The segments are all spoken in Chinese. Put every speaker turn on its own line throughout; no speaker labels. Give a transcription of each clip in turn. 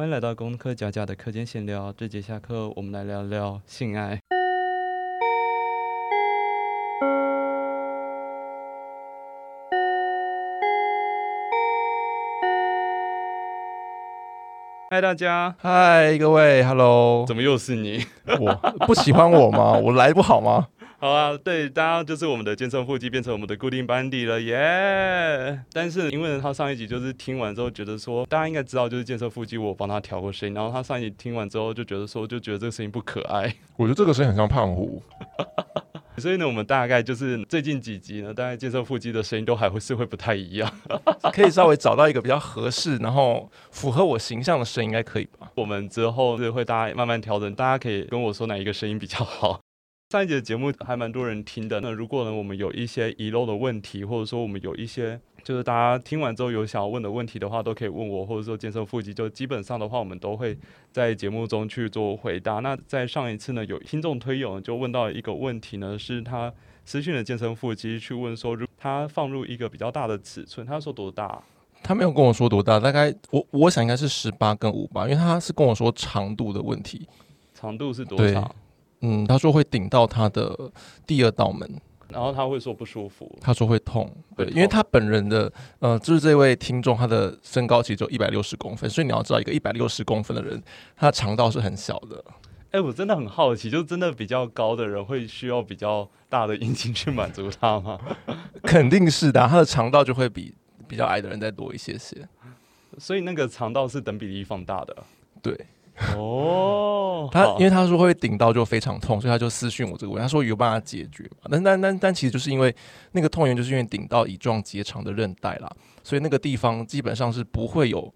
欢迎来到工科假假的课间闲聊，这节下课我们来聊聊性爱。嗨，大家，
嗨，各位，Hello，
怎么又是你？
我不喜欢我吗？ 我来不好吗？
好啊，对，大家就是我们的健身腹肌变成我们的固定班底了耶但是因为他上一集就是听完之后觉得说，大家应该知道就是健身腹肌我帮他调过声音，然后他上一集听完之后就觉得说，就觉得这个声音不可爱，
我觉得这个声音很像胖虎，
所以呢，我们大概就是最近几集呢，大概健身腹肌的声音都还会是会不太一样。
可以稍微找到一个比较合适，然后符合我形象的声音，应该可以吧？
我们之后是会大家慢慢调整，大家可以跟我说哪一个声音比较好。 上一节的节目还蛮多人听的，那如果呢我们有一些遗漏的问题，或者说我们有一些就是大家听完之后有想要问的问题的话，都可以问我，或者说健身腹肌，就基本上的话我们都会在节目中去做回答。那在上一次呢，有听众推友就问到一个问题呢，是他私讯的健身腹肌去问说，如他放入一个比较大的尺寸，他说多大啊、
他没有跟我说多大，大概我我想应该是十八跟五吧，因为他是跟我说长度的问题，
长度是多
对
少？
嗯，他说会顶到他的第二道门，
然后他会说不舒服，
他说会痛，对，
会痛
因为他本人的呃，就是这位听众他的身高其实只有一百六十公分，所以你要知道一个一百六十公分的人，他的肠道是很小的，
哎、我真的很好奇，就真的比较高的人会需要比较大的阴茎去满足他吗？
肯定是的啊、他的肠道就会比比较矮的人再多一些些，
所以那个肠道是等比例放大的。
对。
哦，
他因为
为
他说会顶到就非常痛，所以他就私讯我这个问题，他说有办法解决嘛？但但但但其实就是因为那个痛源就是因为顶到乙状结肠的韧带啦，所以那个地方基本上是不会有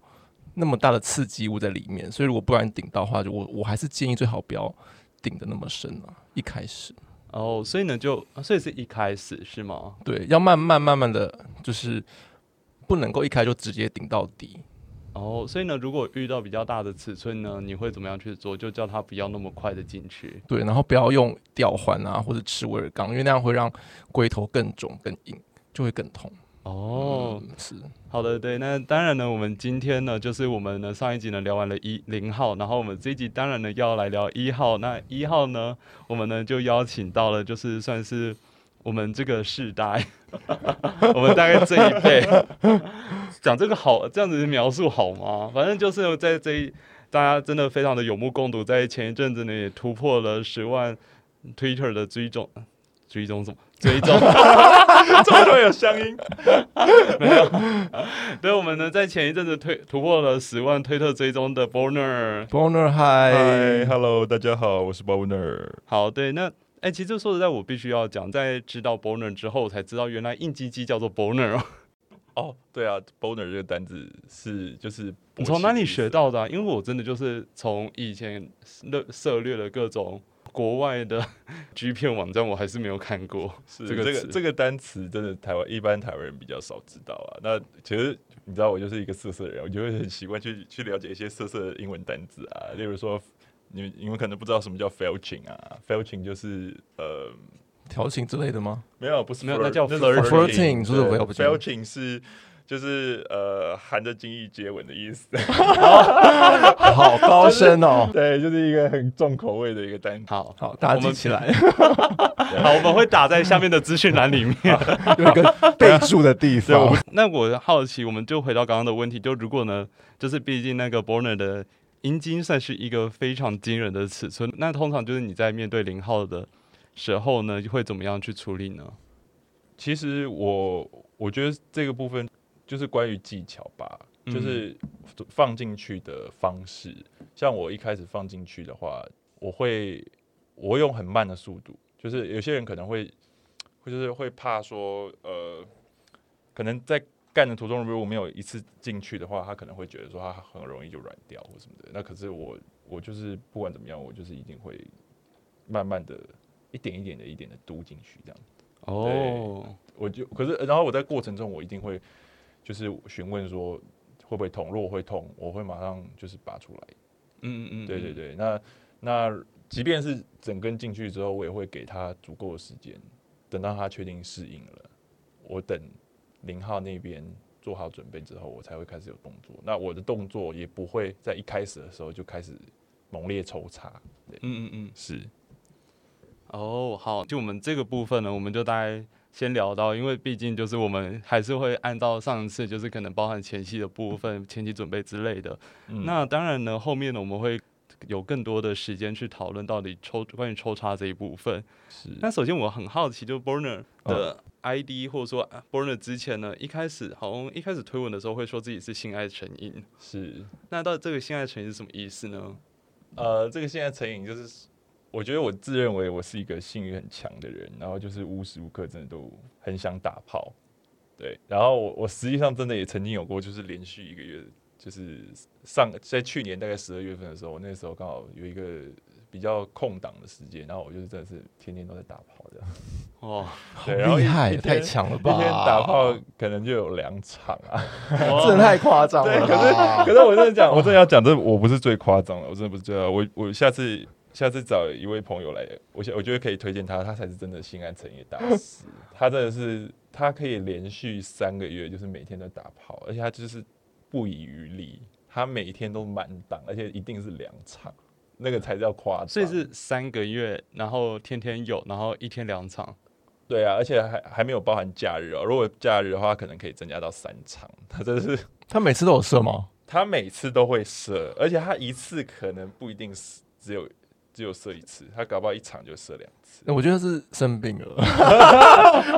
那么大的刺激物在里面，所以如果不然顶到的话，就我我还是建议最好不要顶的那么深啊，一开始
哦，所以呢就啊所以是一开始是吗？
对，要慢慢慢慢的就是不能够一开就直接顶到底，
哦，所以呢，如果遇到比较大的尺寸呢，你会怎么样去做？就叫他不要那么快的进去。
对，然后不要用吊环啊或者吃威尔刚，因为那样会让龟头更肿更硬，就会更痛。
哦，
嗯，是。
好的，对，那当然呢，我们今天呢，就是我们呢上一集呢聊完了一零号，然后我们这一集当然呢要来聊一号。那一号呢，我们呢就邀请到了，就是算是我们这个世代， 我们大概这一辈，讲这个好，这样子描述好吗？反正就是在这一，大家真的非常的有目共睹，在前一阵子呢也突破了十万 Twitter 的追踪，追踪什么？追踪， 怎么会有乡音？没有。对，我们呢在前一阵子推突破了十万推特追踪的 Borner。
Boner 嗨，
Hi，Hello，大家好，我是 Boner。
好，对，那哎、其实说实在，我必须要讲，在知道 Borner 之后，我才知道原来硬鸡鸡叫做 Borner 哦。
哦，对啊，Boner 这个单字是就是
你
勃
从
起
哪
的
里
意
学
思？
到的啊、因为我真的就是从以前涉涉猎了各种国外的 G 片网站，我还是没有看过。
是
这
这
个
个
词
这个单词真的台湾一般台湾人比较少知道啊。那其实你知道我就是一个色色人，我就会很习惯去去了解一些色色的英文单字啊，例如说你你们可能不知道什么叫 felching 啊，felching 就是呃
调情之类的吗？
没有不是
没有那叫
flirting flirting，就是
对
felching
felching 是就是呃含着精液接吻的意思。
好高深哦！
对，就是一个很重口味的一个单词。
好，
好，大家记起来，
好，我们会打在下面的资讯栏里面。
有一个备注的地
对我
方。
那我 好奇，我们就回到刚刚的问题，就如果呢，就是毕竟那个 Borner 的阴茎算是一个非常惊人的尺寸，那通常就是你在面对零号的时候呢，会怎么样去处理呢？
其实我我觉得这个部分就是关于技巧吧，
嗯
就是放进去的方式。像我一开始放进去的话，我会我会用很慢的速度，就是有些人可能会会就是会怕说，呃，可能在干的途中，如果没有一次进去的话，他可能会觉得说他很容易就软掉或什么的。那可是我我就是不管怎么样，我就是一定会慢慢的一点一点的一点的嘟进去这样。
哦，
我就可是，然后我在过程中，我一定会就是询问说会不会痛，如果会痛，我会马上就是拔出来。
嗯嗯
对对，对，那那即便是整根进去之后，我也会给他足够的时间，等到他确定适应了，我等零号那边做好准备之后，我才会开始有动作。那我的动作也不会在一开始的时候就开始猛烈抽插。
嗯嗯嗯。
是，
哦，好，就我们这个部分呢，我们就大概先聊到，因为毕竟就是我们还是会按照上次，就是可能包含前期的部分、前期准备之类的。
嗯
那当然呢，后面呢我们会有更多的时间去讨论到底抽关于抽插这一部分。
是嗯
那首先我很好奇，就 Borner 的 ID、或者说啊 Borner 之前呢，一开始好像一开始推文的时候会说自己是性爱成瘾，
是，
那到底这个性爱成瘾是什么意思呢？
呃，这个现在成瘾就是，我觉得我自认为我是一个性欲很强的人，然后就是无时无刻真的都很想打炮，对，然后我我实际上真的也曾经有过，就是连续一个月，就是上在去年大概十二月份的时候，那时候刚好有一个比较空档的时间，然后我就是真的是天天都在打炮的，
哦，
对，然后一
厉害，
一
太
天
强了吧！
一天打炮可能就有两场啊。
真的太夸张了吧。
可是我真的讲， 我真的要讲，这我不是最夸张的，我真的不是最夸张。我我下次下次找一位朋友来，我想我觉得可以推荐他，他才是真的心安诚意大师。他真的是，他可以连续三个月就是每天都打炮，而且他就是不遗余力，他每天都满档，而且一定是两场，那个才叫夸张。
所以是三个月，然后天天有，然后一天两场。
对啊，而且还还没有包含假日哦。如果假日的话，可能可以增加到三场。他真的是
他每次都有射吗？
他每次都会射，而且他一次可能不一定是只有只有射一次，他搞不好一场就射两次。
我觉得是生病了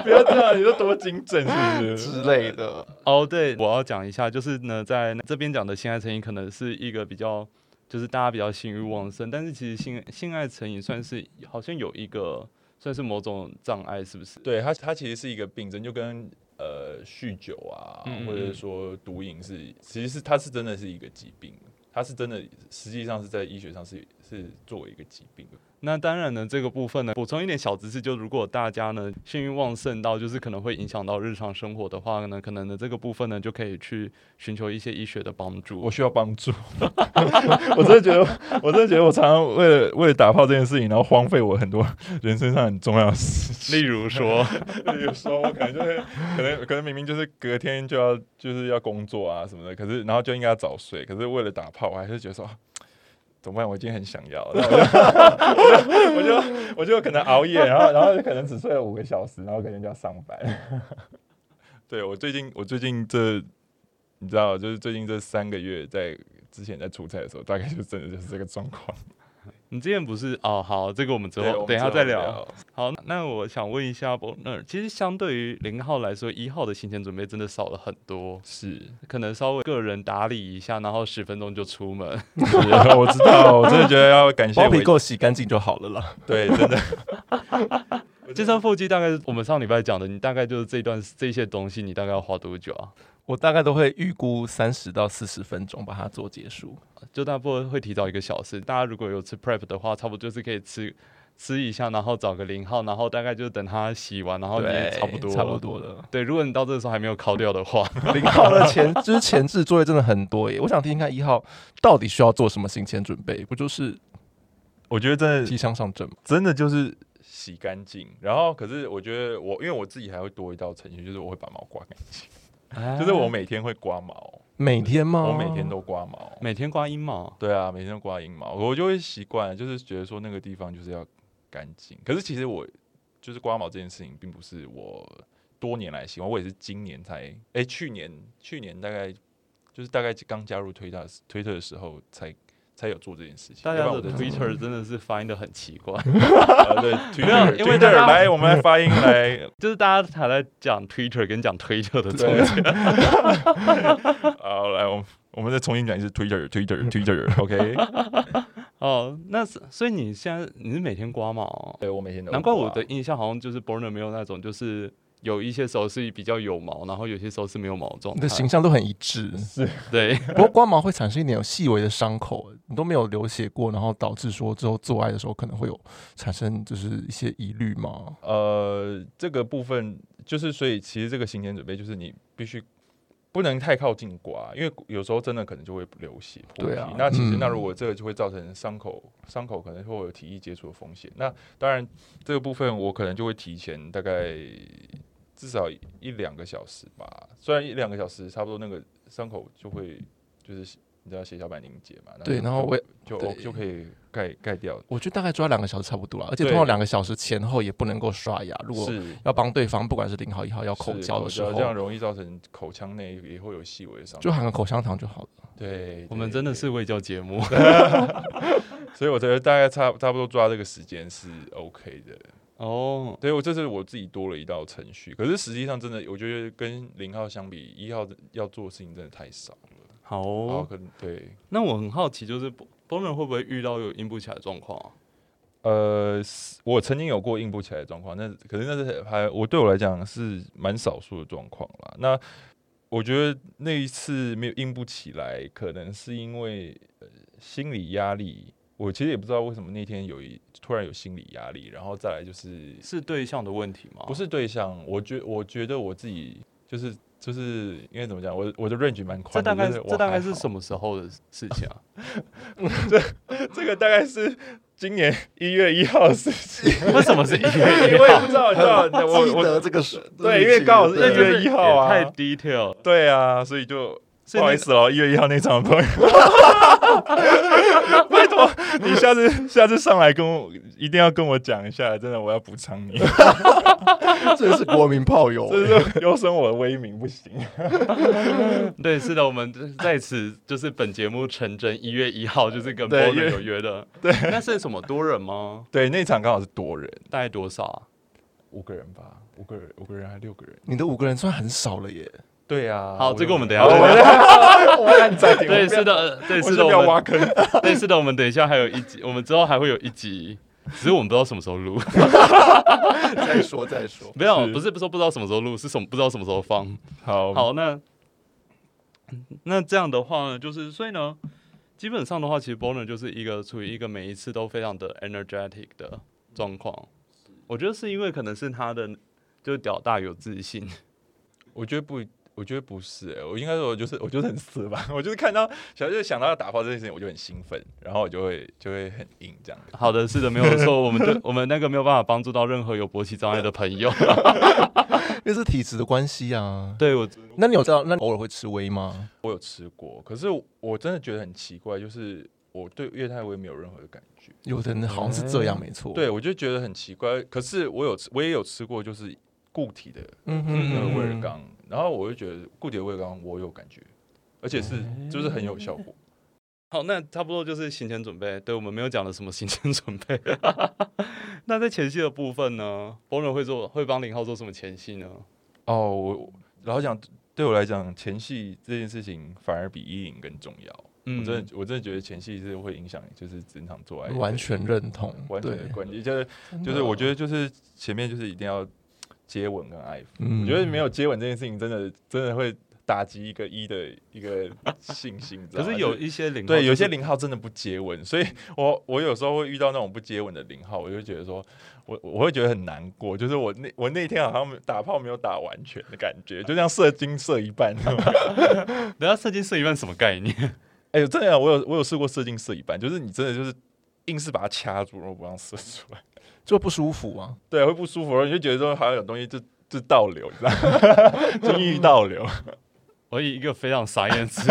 不要这样，你说多精准是不是？
类的。
哦，对，我要讲一下，就是呢，在这边讲的性爱成瘾，可能是一个比较，就是大家比较性欲旺盛，但是其实性性爱成瘾算是好像有一个算是某种障碍，是不是？
对他，他其实是一个病症，就跟呃酗酒啊，
嗯嗯嗯
或者说毒瘾是，其实是他是真的是一个疾病，他是真的实际上是在医学上是是作为一个疾病。
那当然呢，这个部分呢，补充一点小知识，就如果大家呢性欲旺盛到就是可能会影响到日常生活的话呢，可能呢这个部分呢就可以去寻求一些医学的帮助。
我需要帮助， 我真的觉得，我真的觉得我常常为了为了打炮这件事情，然后荒废我很多人身上很重要的事情。
例如 说，
有时候我可能就会，可能可能明明就是隔天就要就是要工作啊什么的，可是然后就应该要早睡，可是为了打炮，我还是觉得说。啊怎么办？我今天很想要，然后 我就我就我就我就可能熬夜，然后然后可能只睡了五个小时，然后隔天就要上班。 对我最近我最近这你知道，就是最近这三个月在之前在出差的时候，大概就真的就是这个状况。
你之前不是哦，好，这个我们之
对我
后
们
等一下
之后
再聊。。好，那我想问一下 b o n e r 其实相对于零号来说，一号的行前准备真的少了很多，
是，
可能稍微个人打理一下，然后十分钟就出门。
是
啊
我知 道， 我真的觉得要感谢
包皮
我
够洗干净就好了啦。
对，真的。
健身腹肌大概是我们上礼拜讲的，你大概就是这段这些东西，你大概要花多久啊？
我大概都会预估三十到四十分钟把它做结束。
就大部分会提早一个小时。大家如果有吃 prep 的话，差不多就是可以吃吃一下，然后找个零号，然后大概就等它洗完，然后你也
对
差不多
哦差不。多了。
对，如果你到这个时候还没有烤掉的 话，
零号的前就是前置作业真的很多耶。我想听听看一号到底需要做什么行前准备，不就是
我觉得真
踢
的
向上阵吗？
真的就是洗干净，然后可是我觉得我因为我自己还会多一道程序，就是我会把毛刮干净，
啊
啊
就是我每天会刮毛，
每天
哦
吗？
我每天都刮毛。
每天刮阴毛。
对啊，每天都刮阴毛，我就会习惯，就是觉得说那个地方就是要干净。可是其实我就是刮毛这件事情，并不是我多年来习惯，我也是今年才，哎、去年去年大概就是大概刚加入推特推特的时候才才有做这件事情。
大
要
家
不然我
的
真
Twitter 真的是发音的很奇怪，
呃对 Twitter，
因为
Twitter
大家
来我们来发音来，
就是大家还在讲 Twitter 跟讲推特的中
对
间，，
好来我们我们再重新讲一次 Twitter Twitter Twitter，OK？
哦，那是所以你现在你是每天刮毛哦、
对我每天都
难怪我的印象好像就是 Borner 没有那种，就是有一些时候是比较有毛，然后有些时候是没有毛的状
你
态
的。形象都很一致。
对，
不过刮毛会产生一点有细微的伤口，你都没有流血过，然后导致说之后做爱的时候可能会有产生就是一些疑虑吗？
呃，这个部分就是，所以其实这个行前准备就是你必须不能太靠近刮，因为有时候真的可能就会流血破
对
皮
啊
那其实那
嗯
如果这个就会造成伤口，伤口可能会有体液接触的风险。那当然这个部分我可能就会提前大概至少一一两个小时吧。虽然一两个小时差不多，那个伤口就会就是你知道血小板凝结嘛，
对然后
就
我也
就
对
哦就可以盖盖掉。
我觉得大概抓两个小时差不多了，而且
对
通常两个小时前后也不能够刷牙。如果
是
要帮对方，不管是零号一号要口
是
交的时候
这，样容易造成口腔内也会有细微的伤。
就含个口香糖就好了。
对，
我们
对
真的
对
是卫教节目，
所以我觉得大概差差不多抓这个时间是 OK 的。
哦，
对我这是我自己多了一道程序，可是实际上真的，我觉得跟零号相比，一号要做的事情真的太少了。
好
然后
哦，
可能对，
那我很好奇，就是 Boner 会不会遇到有硬不起来的状况啊？
呃，是我曾经有过硬不起来的状况，那可是那是还我对我来讲是蛮少数的状况啦。那我觉得那一次没有硬不起来，可能是因为、呃、心理压力。我其实也不知道为什么那天有一突然有心理压力，然后再来就是
是对象的问题吗？
不，是对象，我觉我觉得我自己就是就是应该怎么讲，我我的 range 蛮
这
宽的，
大概
就是我
这大概
还
是
好
什么时候的事情啊？
这个大概是今年一月一号的事情，
为什么是一月
因
一
为
号
不？知道你知道我
记得
我
这个是，
对因为刚好是
这
一
就
月
是
一号啊
也太 detail 了。
对啊，所以就。
所以
不好意
那
思哦，一月一号那场的朋友， 拜托你下次下次上来跟我一定要跟我讲一下，真的我要补偿 你，
这是国民炮友欸
这是优生我的威名不行。
对，是的，我们就是在此就是本节目成真，一月一号就是跟 b
对
o
因为
有约的。对，那是什么多人吗？
对，那场刚好是多人，
大概多少啊？
五个人吧，五个人，五个人还六个人。
你的五个人算很少了耶。
对啊，
好
我
这个
就
我们等一
好
下
我
再
们我们按暂停。
对，
我不要
是，的，呃对，
我
是
是
的，
不要
我
挖
们
坑。
对，是的，我们等一下还有一集，我们之后还会有一集，只是我们不知道什么时候录。
再说再说，
没有，
是
不是不是说不知道什么时候录，是什么不知道什么时候放。
好，
好，那那这样的话呢，就是所以呢，基本上的话，其实 Boner 就是一个处于一个每一次都非常的 energetic 的状况。我觉得是因为可能是他的就屌大有自信，
我觉得不，我觉得不是、欸，我应该说，我就是我就是很死吧，我就是看到小就是想到要打炮这件事情，我就很兴奋，然后我就会就会很硬这样。
好的，是的，没有错。我们 对我们那个没有办法帮助到任何有勃起障碍的朋友。
因为是体质的关系啊。
对我，
那你有知道，那你偶尔会吃微吗？
我有吃过，可是我真的觉得很奇怪，就是我对液态微没有任何的感觉。
有的人好像是这样，没错。，
对，我就觉得很奇怪。可是我有吃，我也有吃过，就是固体的
嗯
那个
哼，
威尔刚，然后我就觉得固体的威尔刚我有感觉，而且是就是很有效果。
好，那差不多就是行前准备。对我们没有讲了什么行前准备。 那在前戏的部分呢，Boner 会做会帮林浩做什么前戏呢？
哦，我老实讲，对我来讲，前戏这件事情反而比意淫更重要。
嗯
我真的，我真的觉得前戏是会影响，就是整场做爱的
完全认同，
完全的
对
关键，就是
真的
就是我觉得就是前面就是一定要接吻跟爱抚。
嗯
我觉得没有接吻这件事情，真的真的会打击一个一的一个信 心。你知
可
道吗
啊是有一些零，
对，有些零号真的不接吻，所
嗯
以我我有时候会遇到那种不接吻的零号，我就觉得说，我我会觉得很难过，就是我那我那天好像打炮没有打完全的感觉，就像射精射一半。
等下射精射一半什么概念？
哎呦，真的啊、我有我有试过射精射一半，就是你真的就是硬是把它掐住，然后不让射出来，
就不舒服啊。
对，会不舒服，然后你就觉得说好像有东西就就倒流，你知道吗， 精液倒流。
我以一个非常傻眼的姿势，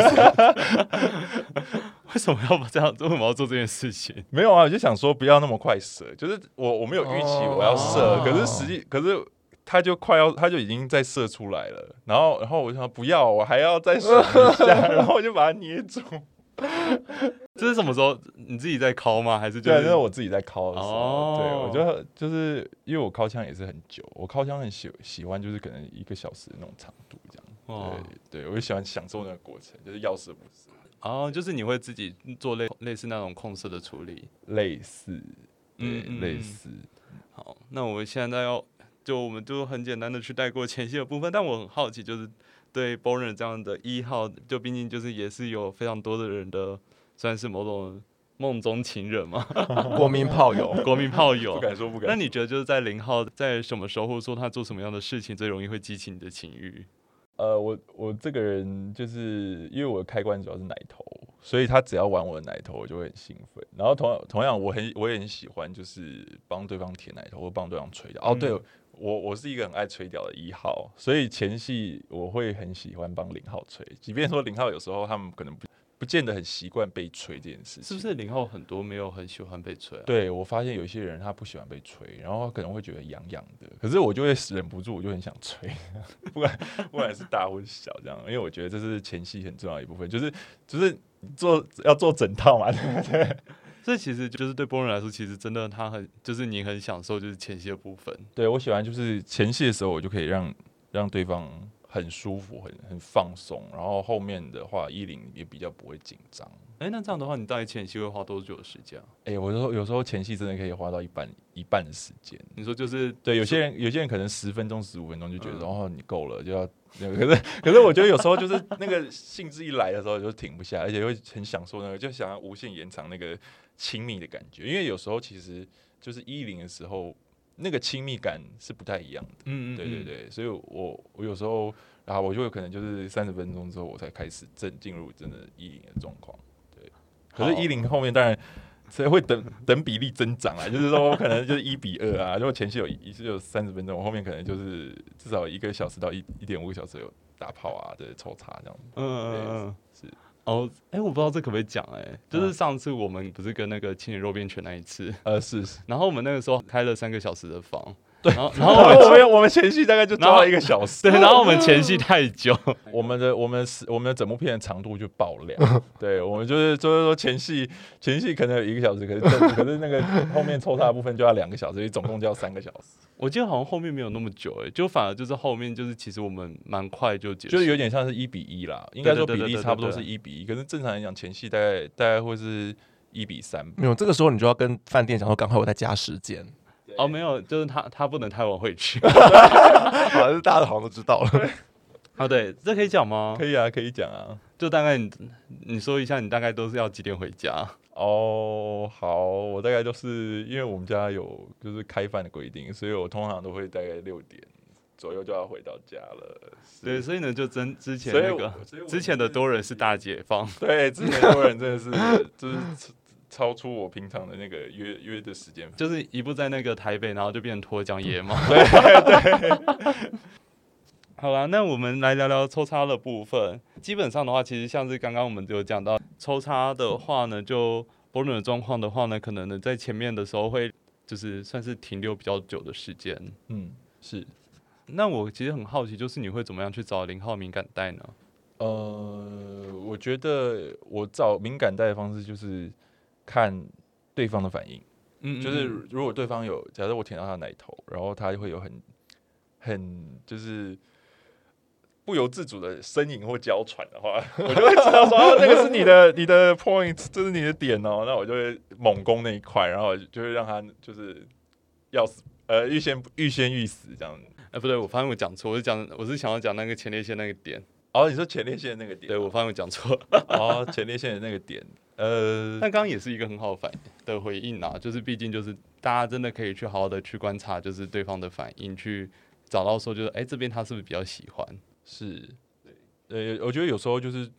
为什么要把这样？为什么要做这件事情？
没有啊，我就想说不要那么快射，就是我我没有预期
哦
我要射，可是实际可是他就快要他就已经在射出来了，然后然后我就想不要，我还要再射一下， 然后我就把它捏住。
这是什么时候？你自己在敲吗？还是就
对，
是
那是我自己在敲的时候，
哦
对我就就是因为我敲枪也是很久，我敲枪很喜喜欢就是可能一个小时的那种长度这样。
哇
对对，我就喜欢享受那个过程，就是要射不射，
哦，就是你会自己做类类似那种控射的处理。
类似，对，
嗯嗯
类
嗯
似。
好，那我们现在要就我们就很简单的去带过前戏的部分，但我很好奇，就是对 Boner 这样的一号，就毕竟就是也是有非常多的人的，算是某种梦中情人嘛，
国民炮友，
国民炮友
不。敢说，不敢说。
那你觉得就是在零号在什么时候，或者说他做什么样的事情最容易会激起你的情欲？
呃，我我这个人就是因为我的开关主要是奶头，所以他只要玩我的奶头，我就会很兴奋。然后同样同样，我很我也很喜欢就是帮对方舔奶头或帮对方吹的。哦，对
嗯，
我我是一个很爱吹屌的一号，所以前戏我会很喜欢帮零号吹，即便说零号有时候他们可能不不见得很习惯被吹这件事情，
是不是零号很多没有很喜欢被吹啊？
对我发现有一些人他不喜欢被吹，然后他可能会觉得痒痒的，可是我就会忍不住，我就很想吹， 不管不管是大或是小这样，因为我觉得这是前戏很重要的一部分，就是就是做要做整套嘛， 对不对？
这其实就是对波人来说，其实真的他很就是你很享受就是前戏的部分，
对我喜欢就是前戏的时候，我就可以让让对方很舒服、很很放松，然后后面的话衣领也比较不会紧张。
哎，那这样的话，你大概前戏会花多久的时间啊？
哎、我就说有时候前戏真的可以花到一半一半的时间。
你说就是
对，有些人有些人可能十分钟、十五分钟就觉得说、哦，你够了就 要那个。可是可是我觉得有时候就是那个兴致一来的时候就停不下，而且会很享受那个，就想要无限延长那个亲密的感觉。因为有时候其实就是一零的时候，那个亲密感是不太一样的。
嗯嗯，
对对
嗯，
对，所以我我有时候啊，我就会可能就是三十分钟之后我才开始正进入真的一零的状况。对，可是
好
一零后面当然。所以会等等比例增长啊，就是说我可能就是一比二啊，如果前期有一次有三十分钟，我后面可能就是至少一个小时到一一点五个小时有打炮啊，对，抽查这样子。
嗯嗯嗯嗯。
是
哦，哎、我不知道这可不可以讲，哎，就是
啊
上次我们不是跟那个青年肉边犬那一次，
呃，是是。
然后我们那个时候开了三个小时的房，
对
然后然
然
后
后
我 们
我们我们前戏大概就抓了一个小时，
对，然后我们前戏太久，
我们的我们是我们的整部片的长度就爆 量，对我们就是就是说前戏前戏可能有一个小时，可是 正可是那个后面抽插的部分就要两个小时，所以总共就要三个小 时，
我记得好像后面没有那么久，哎，就反而就是后面就是其实我们蛮快就结束，
就是有点像是一比一啦，应该说比
对对对
例
对
差不多
对
是一比一，可是正常来讲前戏大概大概会是一比三，
没有，这个时候你就要跟饭店讲说，赶快我再加时间。
哦，没有，就是他他不能太晚回 去
好，这大家好像都知道了。
啊，对，这可以讲吗
可？以啊，可以讲啊。
就大概你你说一下，你大概都是要几点回家？
哦，好，我大概就是因为我们家有就是开饭的规定，所以我通常都会大概六点左右就要回到家了。是
对，所以呢，就真之前
所以
那
我
个
所以我
之前的
是
多人是大解放，
对，之前多人真的是就是超出我平常的那个约约的时间。
就是一步在那个台北，然后就变成脱缰野马。 对 好啦，那我们来聊聊抽插的部分。基本上的话，其实像是刚刚我们有讲到抽插的话呢，就波轮的状况的话呢，可能呢在前面的时候会就是算是停留比较久的时间。
嗯，是。
那我其实很好奇，就是你会怎么样去找零号敏感带呢？
呃，我觉得我找敏感带的方式就是看对方的反应，
嗯
就是如果对方有，假设我舔到他奶头，然后他会有很很就是。不由自主的呻吟或娇喘的话， 我就会知道说，哦，那个是你的你的 point，这是你的点哦。那我就会猛攻那一块，然后就会让他就是要死，呃，欲先欲先欲死这样。
哎、不对，我发现我讲错，我是讲我是想要讲那个前列腺那个点，
哦，你说前列腺那个点，
对我发现我讲错了。
哦，前列腺的那个点，呃，
但刚刚也是一个很好的反的回应啊，就是毕竟就是大家真的可以去好好的去观察，就是对方的反应，去找到说就是哎、这边他是不是比较喜欢？
是，呃，我觉得有时候就是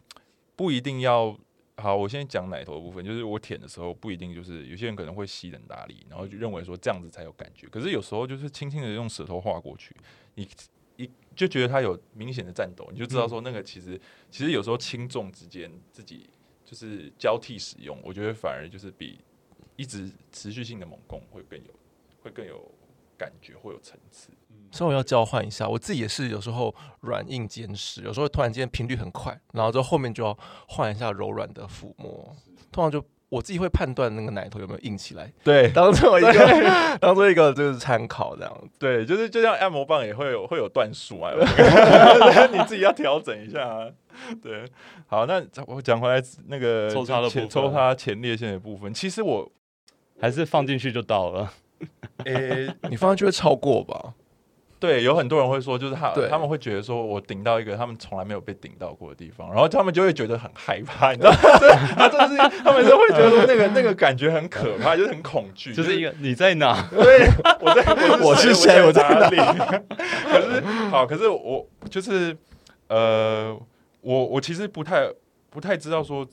不一定要。好，我先讲奶头的部分，就是我舔的时候不一定就是有些人可能会吸得很大力，然后就认为说这样子才有感觉，可是有时候就是轻轻的用舌头划过去，你一就觉得它有明显的颤抖，你就知道说那个其实其实有时候轻重之间自己就是交替使用，我觉得反而就是比一直持续性的猛攻会更有会更有感觉，会有层次。
稍微要交换一下，我自己也是有时候软硬兼施，有时候突然间频率很快，然后之后后面就要换一下柔软的抚摸，通常就。我自己会判断那个奶头有没有硬起来，
对，
当做一 个 当做一个就是参考这样。
对，就是就像按摩棒也会有会有段数啊嘛，有 没有 你自己要调整一下、啊。对，好，那我讲回来那个
抽插的
前
部分
抽插前列腺的部分，其 实我
还是放进去就到了，
诶、
你方向就会超过吧？
对，有很多人会说，就是他
对
他们会觉得说我顶到一个他们从来没有被顶到过的地方，然后他们就会觉得很害怕，你知道吗？ 他就是他们就会觉得说那个那个感觉很可怕，就是很恐惧，
就是一个你在 哪？
对，我在
我是谁
我
我在
哪里？ 可是好，可是我就是呃，我我其实不太不太知道说，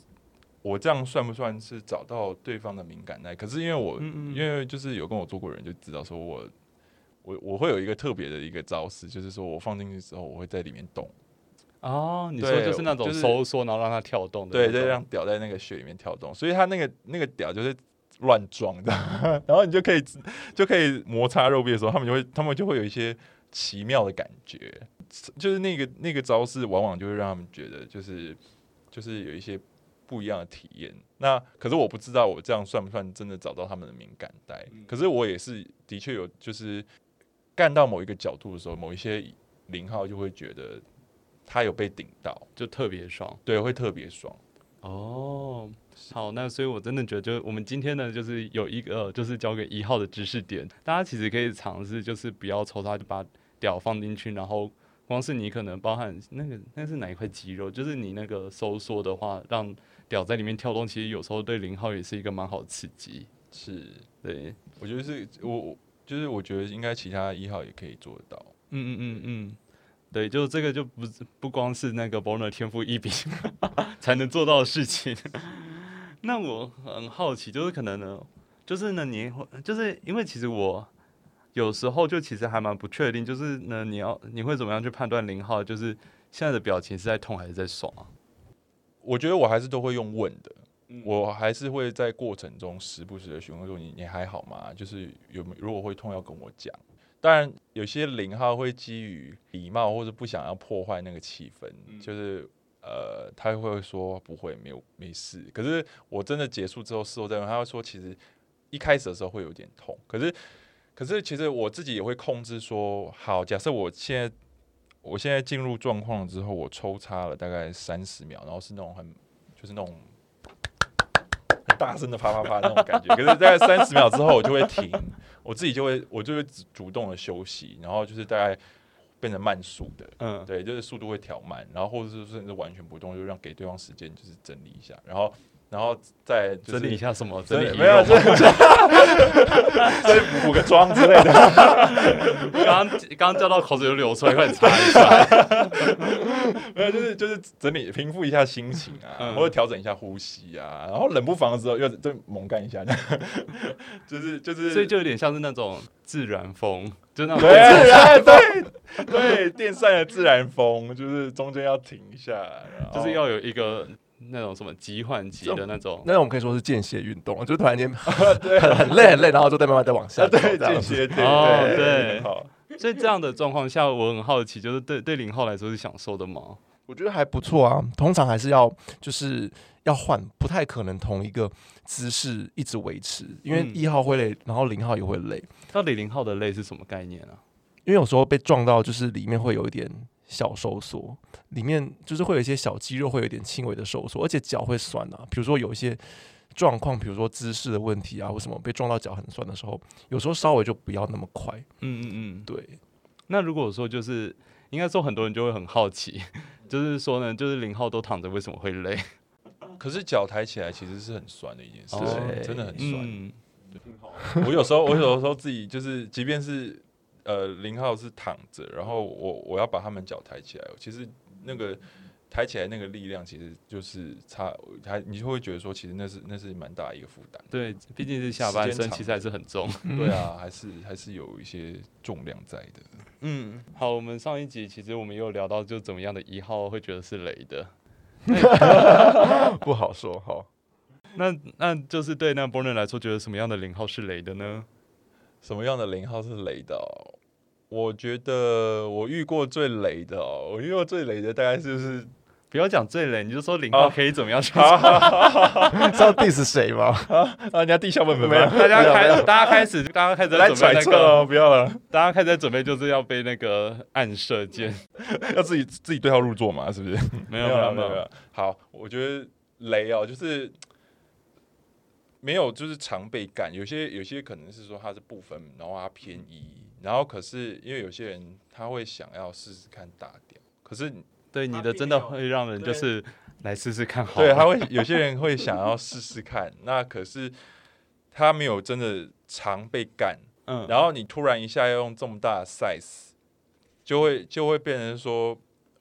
我这样算不算是找到对方的敏感带？可是因为我、
嗯嗯
因为就是有跟我做过的人就知道说我。我我会有一个特别的一个招式，就是说我放进去之后，我会在里面动，
哦，你说就是那种
就是
收缩，然后让它跳动的那
对，
种，
再让屌在那个血里面跳动，所以它那个那个屌就是乱撞的， 然后你就可以就可以摩擦肉壁的时候，他们就会他们就会有一些奇妙的感觉，就是那个那个招式往往就会让他们觉得就是就是有一些不一样的体验。那可是我不知道我这样算不算真的找到他们的敏感带，
嗯
可是我也是的确有就是干到某一个角度的时候，某一些零号就会觉得他有被顶到，
就特别爽。
对，会特别爽。
哦，好，那所以我真的觉得，就我们今天呢，就是有一个、呃就是交给一号的知识点，大家其实可以尝试，就是不要抽它，就把屌放进去，然后光是你可能包含那个那是哪一块肌肉，就是你那个收缩的话，让屌在里面跳动，其实有时候对零号也是一个蛮好的刺激。
是，
对，
我觉得是我我就是我觉得应该其他一号也可以做得到。
嗯嗯嗯嗯，对，就这个就不是不光是那个 Boner 天赋异禀 才能做到的事情。 那我很好奇，就是可能呢，就是呢，你会就是因为其实我有时候就其实还蛮不确定，就是呢，你要你会怎么样去判断零号就是现在的表情是在痛还是在爽啊？
我觉得我还是都会用问的，
嗯
我还是会在过程中时不时的询问说你你还好吗？就是有没有如果会痛要跟我讲。当然，有些零号会基于礼貌或者不想要破坏那个气氛，就是呃，他会说不会，没有没事。可是我真的结束之后，事后再问，他会说其实一开始的时候会有点痛，可是可是其实我自己也会控制说，好，假设我现在我现在进入状况了之后，我抽插了大概三十秒，然后是那种很就是那种很大声的啪啪啪那种感觉。可是大概三十秒之后，我就会停，我自己就会我就会主主动的休息，然后就是大概变成慢速的，
嗯，
对，就是速度会调慢，然后或者是甚至完全不动，就让给对方时间就是整理一下，然后然后再、就是、
整理一下什么？
整
整
理
理
没有，
遗漏
这
吗
这补个妆之类的。
刚刚 刚刚叫到口水就流出来，快点擦一下。
没有，就是就是整理平复一下心情啊，
嗯
或者调整一下呼吸啊，然后冷不防的时候又就猛干一下， 就是就是，
所以就有点像是那种自然风，就那种
对啊对对电扇的自然风，就是中间要停一下，然后
就是要有一个那种什么急缓急的那哦种。
那我们可以说是间歇运动，就突 然间很很累很累，然后就再慢慢再往下
啊
走
对
这样
间
子。
歇对
哦对
好，
所以这样的状况下，我很好奇，就是对对零号来说是享受的吗？
我觉得还不错啊，通常还是要就是要换，不太可能同一个姿势一直维持，因为
嗯
一号会累，然后零号也会累，
到底零号的累是什么概念啊？
因为有时候被撞到，就是里面会有一点小收缩，里面就是会有一些小肌肉会有一点轻微的收缩，而且脚会酸啊。比如说有一些状况，比如说姿势的问题啊，或什么被撞到脚很酸的时候，有时候稍微就不要那么快。
嗯嗯嗯。
对，
那如果说就是，应该说很多人就会很好奇， 就是说呢，就是零号都躺着为什么会累？
可是脚抬起来其实是很酸的一件事情，
哦对
真的很酸。
嗯，
我有时候，我有时候自己就是，即便是呃零号是躺着，然后我我要把他们脚抬起来，其实那个抬起来那个力量，其实就是差，还你就会觉得说，其实那是那是蛮大一个负担。
对，毕竟是下半身，其实还是很重。
对啊，还是还是有一些重量在的。
嗯，好，我们上一集其实我们也有聊到，就怎么样的一号会觉得是雷的。
不好说哈。
那那就是对那 b o n e r 来说，觉得什么样的零号是雷的呢？
什么样的零号是雷的、哦？我觉得我遇过最雷的哦，我遇过最雷的大概就是
不要讲最雷，你就说零号
啊
可以怎么样去
知道 diss 谁吗？
啊，人家地下问本
没有，大家开，大家开始，大家开始在
来
准备
揣
那
测
个，
哦，不要了，
大家开始在准备，就是要被那个暗射箭。
要自己自己对号入座嘛，是不是？
没
没
有，
有啦
没
没有
有，
啦。好，我觉得雷哦，就是没有，就是常被干。有些有些可能是说他是部分，然后他偏一，然后可是因为有些人他会想要试试看打掉，可是
对你的真的会让人
对
就是来试试看好了。
对他会有些人会想要试试看，那可是他没有真的常被干，
嗯，
然后你突然一下要用这么大的 size，就会就会变成说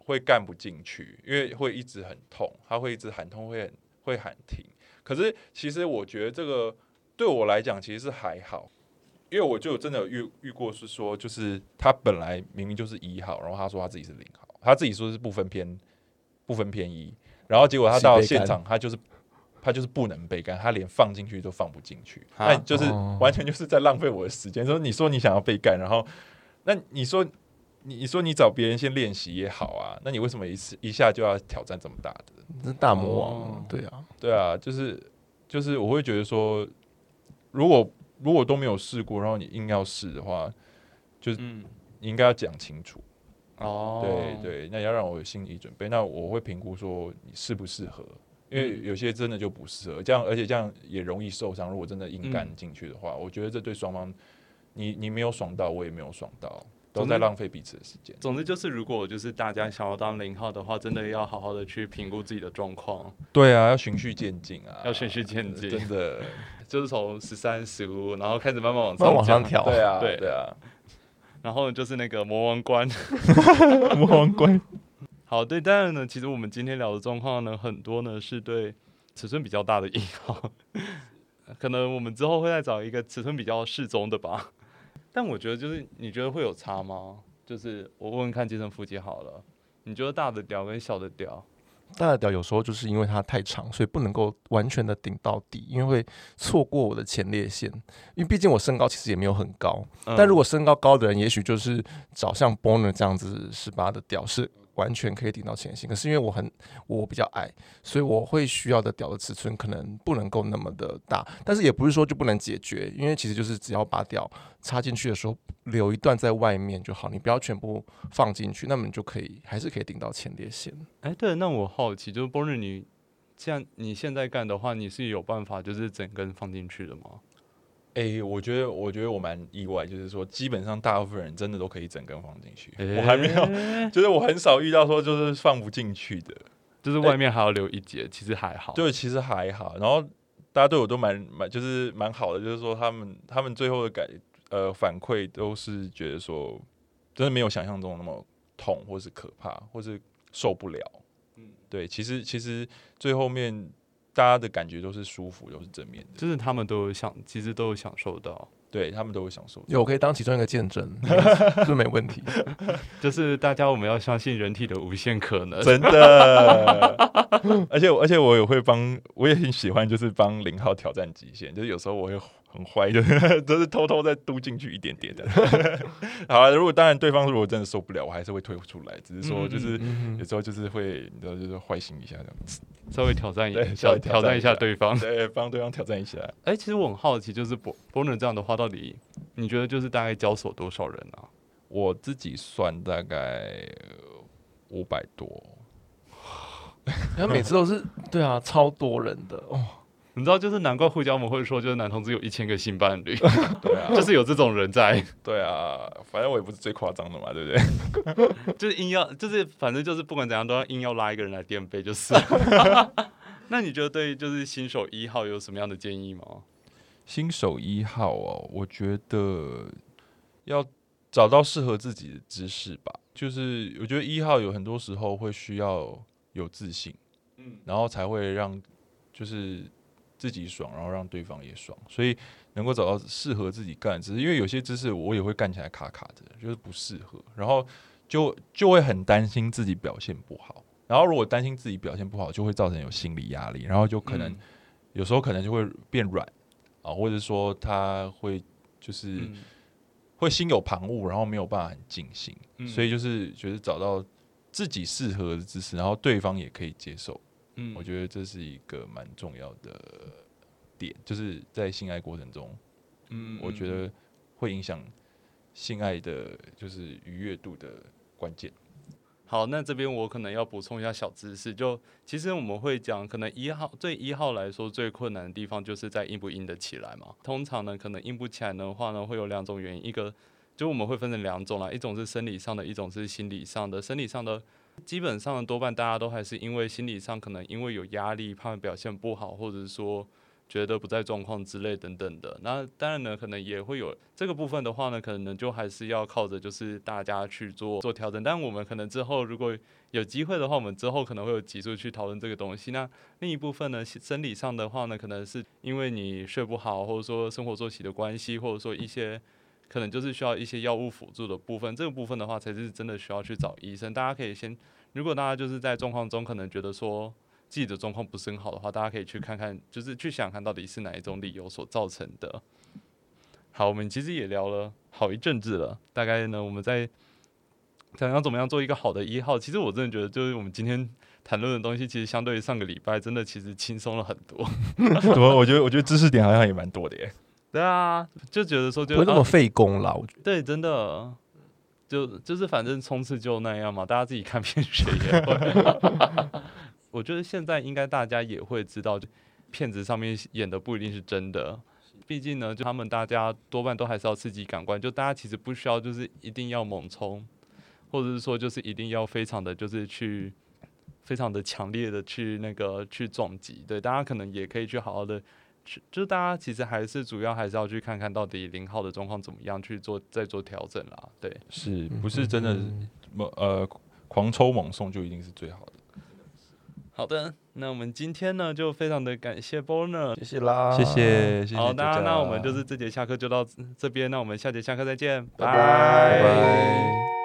会干不进去，因为会一直很痛，他会一直喊痛，会很会喊停。可是其实我觉得这个对我来讲其实是还好，因为我就真的有遇遇过，是说就是他本来明明就是一号，然后他说他自己是零号，他自己说是不分偏不分偏一，然后结果他
自己
到
被
现
干
场他就是他就是不能被干，他连放进去都放不进去，
啊
那就是
哦
完全就是在浪费我的时间。说你说你想要被干，然后那你说你你说你找别人先练习也好啊，那你为什么一次一下就要挑战这么大的？
真大魔王，
哦
对啊，
对啊，就是就是我会觉得说，如果如果都没有试过，然后你硬要试的话，
嗯，
你应该要讲清楚。
哦，
对，对，那要让我有心理准备。那我会评估说你适不适合，因为
嗯
有些真的就不适合。这样，而且这样也容易受伤。如果真的硬干
嗯
进去的话，我觉得这对双方，你你没有爽到，我也没有爽到，都
总
在
之
浪费彼此的时间。
总之就是，如果就是大家想要当零号的话，真的要好好的去评估自己的状况，
对啊，要循序渐进啊，
要循序渐进
真 的。
就是从十三、十五，然后开始慢
哦
慢往
那
上
往上
讲
调，
对啊，
对
对啊，
然后就是那个魔王关。
魔王关。
好，对，当然呢，其实我们今天聊的状况呢，很多呢是对尺寸比较大的一号， 可能我们之后会再找一个尺寸比较适中的吧。但我觉得就是你觉得会有差吗？就是我问问看杰森腹肌好了，你觉得大的屌跟小的屌，
大的屌有时候就是因为它太长，所以不能够完全的顶到底，因为会错过我的前列腺。因为毕竟我身高其实也没有很高，但如
果
果身高高的人，也许就是找像 Boner 这样子十八的屌是完全可以顶到前列腺。可是因为我很我比较矮，所以我会需要的屌的尺寸可能不能够那么的大，但是也不是说就不能解决，因为其实就是只要把屌插进去的时候留一段在外面就好，你不要全部放进去，那么你就可以还是可以顶到前列腺。
哎，对，那我好奇就是波日你。像你现在干的话，你是有办法就是整根放进去的吗？
诶，我觉得，我觉得我蛮意外，就是说，基本上大部分人真的都可以整根放进去。我还没有，
有，
就是我很少遇到说就是放不进去的。
就是外面还要留一节，其实还好。，
对，其实还好。然后大家对我都蛮蛮就是蛮好的，就是说他们他们最后的感呃反馈都是觉得说，真的没有想象中那么痛，或是可怕，或是受不了。嗯，对，其实其实最后面大家的感觉都是舒服，都是正面的，
就是他们都有享，其实都有享受到。
对他们都会享受。
有，我可以当其中一个见证，这没问 题。
就是大家，我们要相信人体的无限可 能。
真的， 而且我而且我也会帮，我也很喜欢，就是帮零号挑战极限，就是有时候我会很坏， 就是就是偷偷再嘟进去一点点的。 好啊，如果当然对方如果真的受不了，我还是会退出来，只是说就是。
嗯
有时候就是会，你知道，就是坏心一下这样子，
稍微挑战一
对稍
下，
微挑
挑
战
战
一
一
下
下对方。
对，帮对方挑战一下。
哎、其实我很好奇，就是 b o n 这样的话，到底你觉得就是大概交手多少人啊？
我自己算大概五百多，
他每次都是对啊，超多人的哦，
你知道，就是难怪互交我们会说，就是男同志有一千个性伴侣，
对啊，
就是有这种人在，
对啊，反正我也不是最夸张的嘛，对不对？
就是硬要，就是反正就是不管怎样都要硬要拉一个人来垫背，就是。 那你觉得对就是新手一号有什么样的建议吗？
新手一号哦，我觉得要找到适合自己的姿势吧。就是我觉得一号有很多时候会需要有自信，嗯，然后才会让就是自己爽，然后让对方也爽，所以能够找到适合自己干的姿势。只是因为有些姿势我也会干起来卡卡的，就是不适合，然后就就会很担心自己表现不好。然后如果担心自己表现不好，就会造成有心理压力，然后就可能
嗯
有时候可能就会变软啊，或者说他会就是、
嗯
会心有旁骛，然后没有办法很尽兴，
嗯
所以就是觉得找到自己适合的姿势，然后对方也可以接受，
嗯
我觉得这是一个蛮重要的点，就是在性爱过程中，
嗯
我觉得会影响性爱的就是愉悦度的关键。
好，那这边我可能要补充一下小知识，就其实我们会讲，可能一号对一号来说最困难的地方就是在硬不硬得起来嘛。通常呢，可能硬不起来的话呢，会有两种原因，一个就我们会分成两种啦，一种是生理上的，一种是心理上的。生理上的基本上多半大家都还是因为心理上可能因为有压力，怕表现不好，或者是说觉得不在状况之类等等的。那当然呢，可能也会有这个部分的话呢，可能就还是要靠着就是大家去做做调整。但我们可能之后如果有机会的话，我们之后可能会有集数去讨论这个东西。那另一部分呢，是生理上的话呢，可能是因为你睡不好，或者说生活作息的关系，或者说一些。可能就是需要一些药物辅助的部分，这个部分的话才是真的需要去找医生。大家可以先，如果大家就是在状况中可能觉得说自己的状况不是很好的话，大家可以去看看，就是去想看到底是哪一种理由所造成的。好，我们其实也聊了好一阵子了，大概呃呢我们在想要怎么样做一个好的一号。其实我真的觉得，就是我们今天谈论的东西，其实相对于上个礼拜，真的其实轻松了很多。
怎么？我觉得我觉得知识点好像也蛮多的耶。
对啊，就觉得说就
不会那
啊
么费工啦。我觉得
对，真的，就就是反正冲刺就那样嘛，大家自己看片学也会。 我觉得现在应该大家也会知道，就片子上面演的不一定是真的。毕竟呢，就他们大家多半都还是要刺激感官，就大家其实不需要就是一定要猛冲，或者是说就是一定要非常的就是去非常的强烈的去那个去撞击。对，大家可能也可以去好好的去就是大家其实还是主要还是要去看看到底零号的状况怎么样，去做再做调整啦。对，
是不是真的猛呃狂抽猛送就一定是最好的？
好的，那我们今天呢就非常的感谢 Boner。
谢谢啦，
谢谢，谢谢
好，大家，那我们
是。
就是这节下课就到这边，那我们下节下课再见，
拜
拜拜